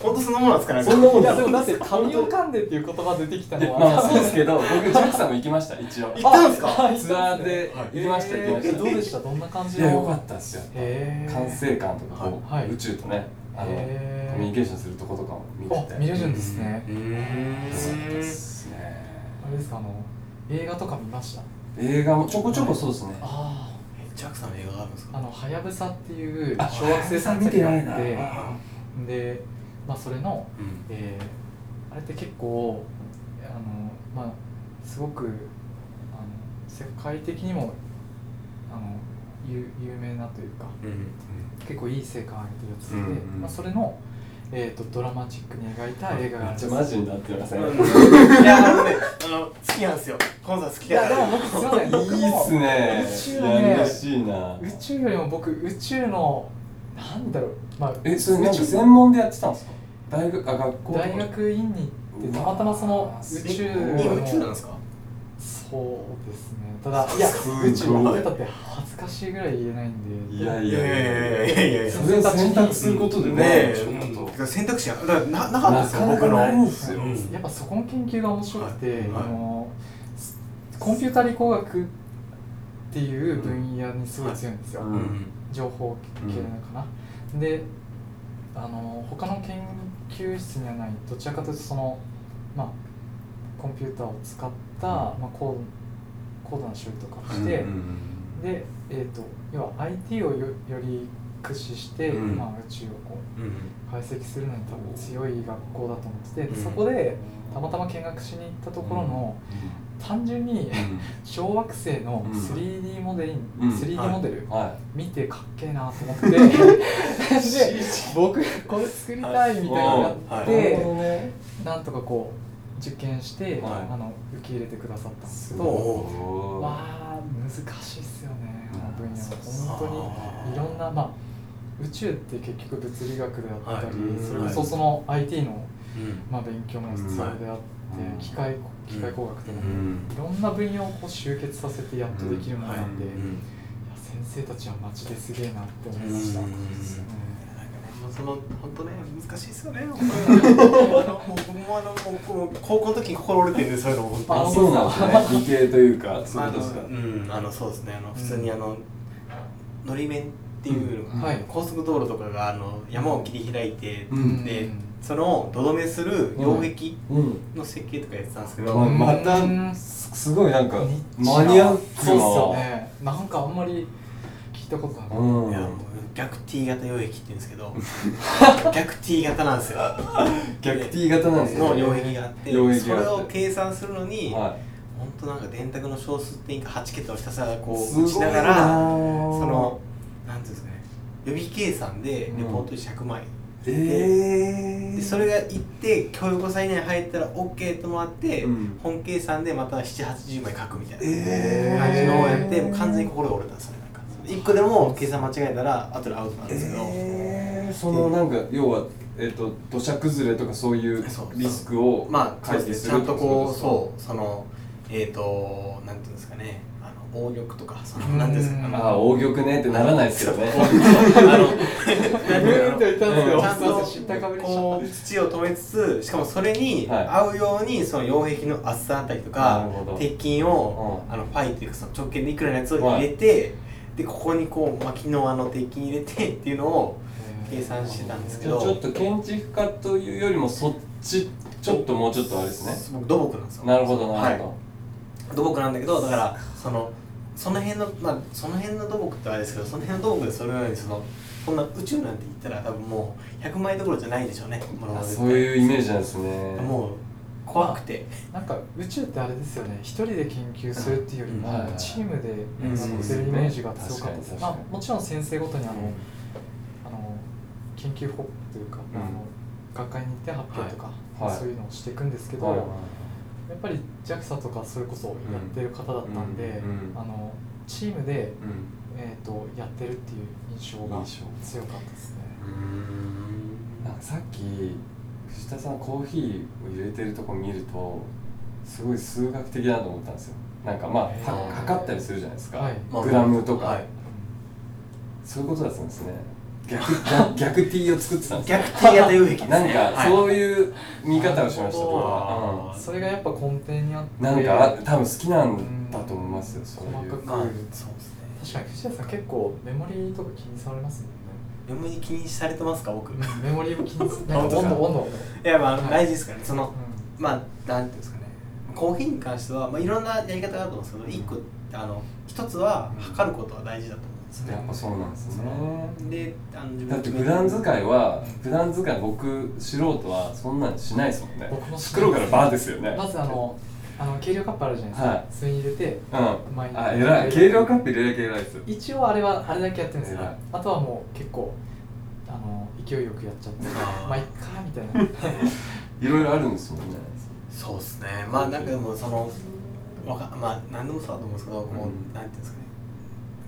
本当そのものはつかないそんなもんいでやすでもだって紙を噛んでっていう言葉出てきたでのはまあそうですけど僕ジャックさんも行きました一応行ったんすかツアーで行きました行きましたえどうでしたどんな感じいや良かったですよへー完成感とかこう、はいはい宇宙とねあのへーコミュニケーションするとことかも見れてあ見れるんですねうそうでーんすねあれですかあの映画とか見ました映画もちょこちょこそうですねあジャックさんの映画があるんですああかの「はやぶさ」っていうあ小学生作見て品がなあいなってで、まあ、それの、うんえーあれって結構あの、まあ、すごくあの世界的にもあの有有名なというかうん結構いい成果を上げてるやつで、うんうんまあ、それの、えー、とドラマチックに描いた映画があるんめっでちすゃマジになってませんうんいやあのねあの好きなんですよコンサート好いきだやかでらも僕すいません僕いもいっす宇宙ねねや嬉しいな宇宙よりも僕宇宙のなんだろうまあえそれなん宇か宙専門でやってたんですか大学あ学校とか大学院に行ってたまたまその宇宙うえわ今宇宙なんのですかそうですねただいやすごい宇宙の出たって恥ずかしいぐらい言えないんでいやいいややいやいやいやいやそれを選択することでねねえちょっうんだかとら選択肢がだからななかったんなですよかな僕かのないんですようんやっぱそこの研究が面白くて、はいはいあのすコンピュータ理工学っていう分野にすごい強いんですよ、うんうん情報系なのかな、であの他の研究室にはないどちらかというとそのまあコンピューターを使った、まあ、高度高度な処理とかして、うんで、えー、と要は IT をよより駆使して、うんまあ、宇宙をこうんう解析するのに多分強い学校だと思ってて、うんそこでたまたま見学しに行ったところの、単純に小惑星の 3D モデリング、うん 3D モデルうんは見てかっけえなと思って で僕これ作りたいみたいになっでいて、なるほどねなんとかこう受験して、はいあの受け入れてくださったんですけすどごいわごいあ難しいっすよねあの分野そうっすは本当にいろんなまあ宇宙って結局物理学であったり、はいうんそれこそその IT の、うんまあ、勉強も必要であって、うん機械機械工学とかも、ううんいろんな分野をこう集結させてやっとできるものなんで、うんはいうんや先生たちはマジですげえなって思いうんました。うんうんなんかねもうその本当ね難しいですよね。本当にあのもう僕もあのもうもう高校の時に心折れてるんでそういうのも本当に。あそうなんですね理系というかそういうあことですかのうんあのそうですねあの普通にあののり面っていうのが、うんはい高速道路とかがあの山を切り開いて、うんでその土留めする擁壁うんの設計とかやってたんですけど、まうんまたうんすすごいなんかニッチなマニアックそうっすよなねなんかあんまり聞いたことなかっうんいやもう逆 T 型擁壁って言うんですけ ど逆 T 型なんですよ逆 T 型なんですねの擁壁があって擁壁があってそれを計算するのに、は本当なんか電卓の小数点か8桁をひたすらいこすうご打いちながらそそのなんていうんですかね予備計算でレポート100枚、えでー、それが行って教育5歳以内に入ったら OK ともらって、うん本計算でまた780枚書くみたいな感えー、じのをやって、もう完全に心が折れたんですよねなんか1個でも計算間違えたら後でアウトなんですけど、えー、そのなんか要は、えー、と土砂崩れとかそういうそうリスクをまあそう回で避すすねるちゃんとこうそそうそのえっ、ー、となんていうんですかねあの応力とかそのうんなんていうんですかうねああ大玉ねってならないですよねたブーンと言ったんですよちゃん と知ったかぶりしちゃっこう土を止めつつしかもそれにはい合うようにその擁壁の厚さあったりとなかるほど鉄筋をうあのファイというかその直径でいくらのやつを入れてでここにこう薪のあの鉄筋入れてっていうのをた計算してたんですけじゃど あちょっと建築家というよりもそっちちょっともうちょっとあれですね僕土木なんですよなるほどなるはほい土木なんだけどだからそのその辺のまあその辺の土木ってあれですけどその辺の土木でそれなりにそのこんな宇宙なんて言ったら多分もう100枚どころじゃないでしょうねもど、のはあ絶そ対ういうイメージなんですねもう怖くてなんか宇宙ってあれですよね一人で研究するっていうよりもうんチームでうんやってるイメージが強かったです、うんまあ、もちろん先生ごとにあの、うんあの研究報告というか、うんあの学会に行って発表とか、はいはいそういうのをしていくんですけど、はいやっぱり JAXA とかそれこそやってる方だったんで、うんうんあのチームで、うんえー、とやってるっていう印象が強かったですね。なんかさっき不藤田さんコーヒーを入れてるとこ見るとすごい数学的だなと思ったんですよなんかまあへはー測ったりするじゃないですか、はいまあグラムとか、はいそういうことだったんですね逆逆逆 T を作ってたんですよ逆転やったべきです なんねかはいそういう見方をしました僕あは、ーそれがやっぱ根底にあってうん、なんかあ多分好きなんだと思いますよそういう細かくまあそうですね確かに藤田さん結構メモリーとか気にされますもんねメモリー気にされてますか僕い う んメモリーを気にする本当ですか温度温度やまあ大事ですからねそのまあなんていうんですかねコーヒーに関しては、まあ、いろんなやり方があると思うんですけど一個あの一つは測ることは大事だと思うんですねやっぱそうなんですねであの自分だっのて決め普段使いは普段使い僕素人はそんなんしないですもんね僕もしない袋からバーですよねまずあのあの計量カップあるじゃないですか、はいそれに入れてうん前にあ偉い軽量カップ入れなきゃ偉いです一応あれはあれだけやってるんですよ、偉いあとはもう結構あの勢いよくやっちゃってあーまあいっかみたいない ろいろあるんですもんねそうですねまあなんかでもそのわかまあ何でもそうだと思うんですけど、こううんなんていうんですかね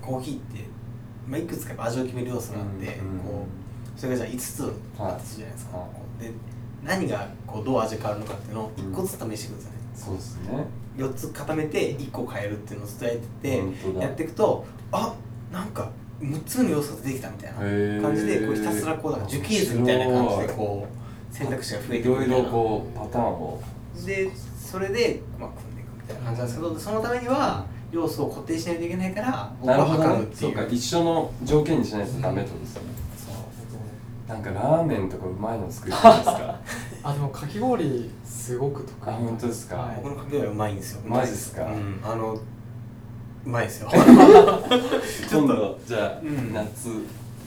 コーヒーって、まあ、いくつかやっぱ味を決める要素があって、うんこうそれがじゃあ5つあったとするじゃないですか、はいこうで何がこうどう味変わるのかっていうのを1個ずつ試していくんですよね、そうですね4つ固めて1個変えるっていうのを伝え本て当てだやっていくとあなんか6つの要素が出てきたみたいなへー感じでこうひたすらこうなんか樹形図みたいな感じでこう選択肢が増えていくるろみいたいろなこうパターンをでそれで、まあ、組んでいくみたいな感じなんですけどそのためには要素を固定しないといけないから僕なるはほど測るねっていそううか一緒の条件にしないとダメってことですよねなんかラーメンとかうまいの作るじゃないですかあでもかき氷すごく得意あ本当ですかはい僕のかけ声はうまいんですよマジっすかうんあのうまい ですよ ちょっ今度とじゃあうん夏ぜ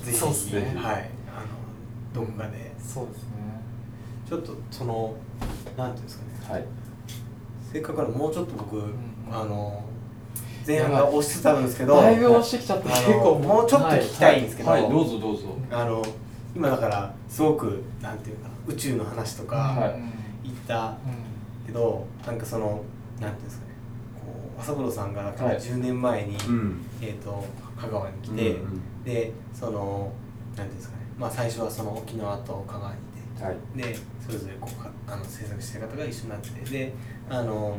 ひそうっすねはいあのどこかでそうですねちょっとそのなんていうんですかねはいせっかくならもうちょっと僕、んあの前半が押してたんですけどだいぶ押してきちゃってあの結構もうちょっと聞きたいんですけど、はいどうぞどうぞあの今だからすごくなんていうかな宇宙の話とはかいうん言ったけど、なんかそのなんていうんですかねこう朝黒さんがだからはい10年前に、んえー、と香川に来て、うんうんでそのなんていうんですかね、まあ、最初はその沖縄と香川にいてはいでそれぞれこうかあの制作してる方が一緒になっててであの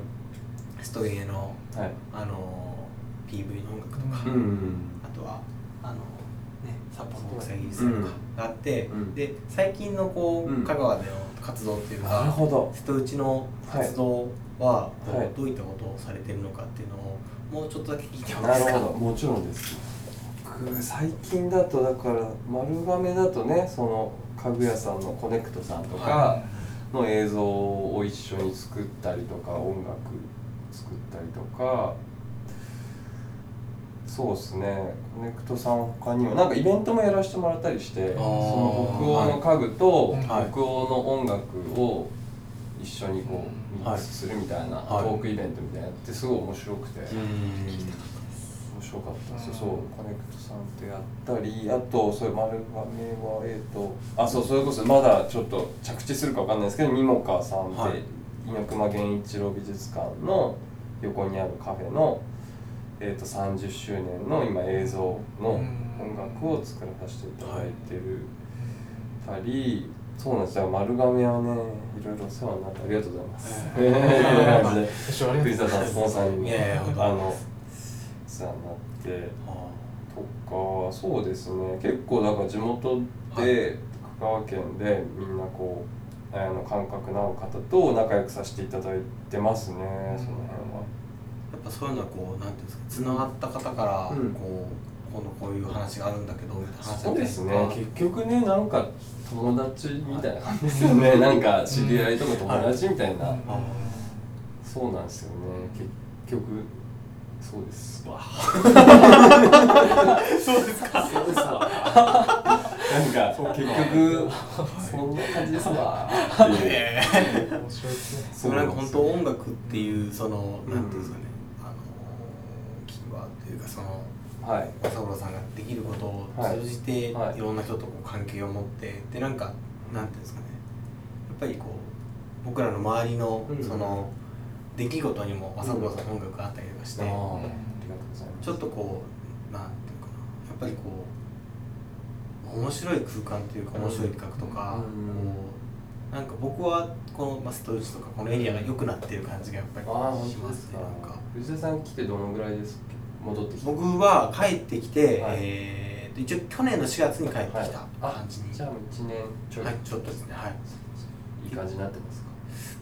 ストゲーのはいあの PV の音楽とか、うんんあとはあの、ね、札幌国際技術う祭んとかがあって、うんで最近のこう、うん香川での活動っていうなるかほど瀬戸内の活動は、こうはいどういったことをされてるのかっていうのをもうちょっとだけ聞いてもいいなでるすほかどもちろんです僕最近だとだから丸亀だとねその家具屋さんのコネクトさんとかの映像を一緒に作ったりとか音楽作ったりとかそうですねコネクトさん他にはなんかイベントもやらせてもらったりしてそーの北欧の家具とはい北欧の音楽を一緒にこうミックスするみたいなはいトークイベントみたいなのやってすごい面白くて。う面白かったですよ、うんそうコネクトさんとやったりあとそれ丸亀はえっ、とあそうそれこそまだちょっと着地するかわかんないですけどミモカさんで、はい稲熊源一郎美術館の横にあるカフェの、えー、と30周年の今映像のう音ん楽を作らさせていただいてるたり、そうなんですよ丸亀はねいろいろお世話になってありがとう ございます。えーマジで一緒ありがとうご藤ざ田さん、スポンサーんいにやいや本当あのお世話になってあとかそうですね結構だから地元で香川県でみんなこうあの感覚の合う方と仲良くさせていただいてますねそのやっぱそういうのはこうなんていうんですかつながった方から、うんこう今度こういう話があるんだけどみたいな話辺はそうですねだったりとか結局ねなんか友達みたいな感じですよねなんか知り合いとか友達みたいいなまそうなんですよね結局そうです わそうですかそうですわなんか結局そんな感じですわっていうねえす面白いですねそれなんか本当音楽っていうその、うんなんていうんですかねあのキーワードというかそのはい朝倉さんができることを通じて、はいいはいろんな人とこう関係を持ってでなんかなんていうんですかねやっぱりこう僕らの周りの、うんその出来事にも朝倉さんの音楽があったりとかして、あーんりがとうございますちょっとこうなんていうかなやっぱりこう面白い空間というか面白い企画とか、うんこうなんか僕はこの、まあ、ストレッチとかこのエリアが良くなってる感じがやっぱりああ本し当まですすねかなんか藤田さん来てどのぐらいですっけ戻ってきて僕は帰ってきて、はいえーと一応去年の4月に帰ってきたはい感じに、じゃあ1年ちょい、はい、ちょっとですねはいいい感じになってますか、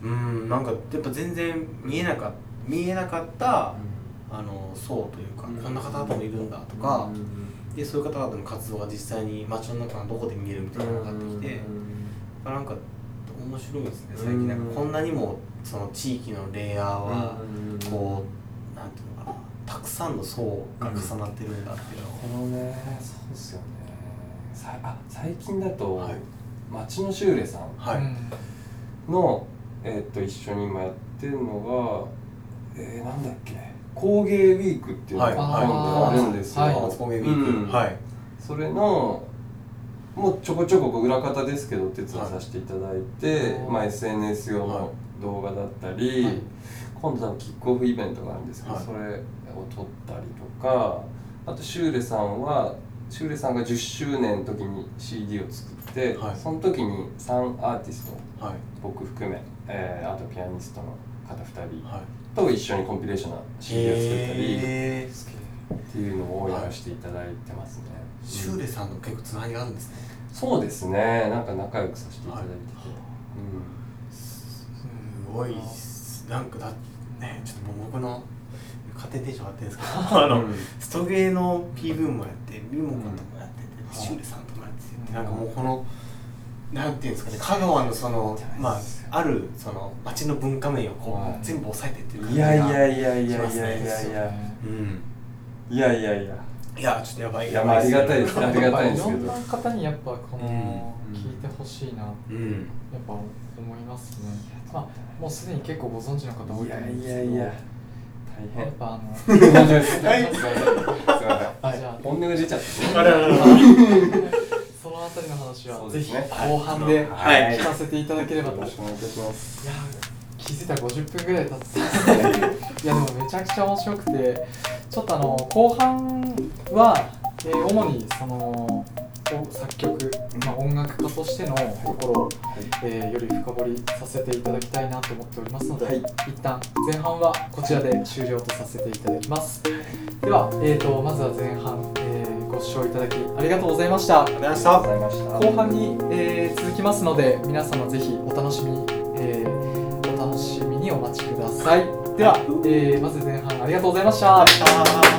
うんなんかやっぱ全然見えなか見えなかった、あの層というか、うんこんな方々もいるんだとか、うんでそういう方々の活動が実際に街の中のどこで見えるみたいなのが分かってきて、なんか面白いですね最近なんかこんなにもその地域のレイヤーはこうなんていうのかなたくさんの層が重なってるんだっていうのをこのねそうですよねさあ最近だと、はい町のしゅうれさんはい、うんの、えー、と一緒に今やってるのがえー、なんだっけ工芸ウィークっていうのがはい今度あるんですよ、はい浜松工芸ウィーク、うんはいそれのもうちょこちょこ僕裏方ですけどお手伝いさせていただいて、はいまあ、SNS 用はいの動画だったり、はい今度のキックオフイベントがあるんですけど、はいそれを撮ったりとかあとシューレさんはシューレさんが10周年の時に CD を作って、はいその時に3アーティストはい僕含め、えーあとピアニストの方2人はいと一緒にコンピレーションの CD を作ったりへーっていうのをやらせていただいてますね。シューレさんの結構つながりがあるんですね、そうですね、なんか仲良くさせていただいてて、すごいっすなんかだねちょっともう僕の家庭テンション上がってるんですけどあの、 うんストゲーの PV もやってミモコともやってて、シューレさんともやってて、うんなんかもうこのなんていうんですかね香川のそのまああるその町の文化面をこはいう全部抑えてってるう感んじいがやいやいやいやいやいやそういでやうんいやいやいやいやちょっとやばいいやまあありがたいですねありがたいんですけやっぱどろんな方にやっぱこのうん聞いてほしいなやっうんぱ思いますね、まあ、もうすでに結構ご存知の方多いと思うんですけどやっぱあの大変はい すいませんすいませんはいじゃあ本音が出ちゃったあらららそのあたりの話そはうぜですひね後半ではい聞かせていただければよと、ろいしくお願いいたしますや気づいたら50分ぐらい経ってたんですね いやでもめちゃくちゃ面白くてちょっとあの後半は、えー主にそのお作曲、まあ、音楽家としてのところを、えーより深掘りさせていただきたいなと思っておりますので、はい一旦前半はこちらで終了とさせていただきますでは、えー、とまずは前半、えーご視聴いただきありがとうございましたありがとうございましあたりがとうございました後半に、えー続きますので皆様ぜひお楽しみに、えーお楽しみにお待ちくださいでは、えーまず前半ありがとうございましたあー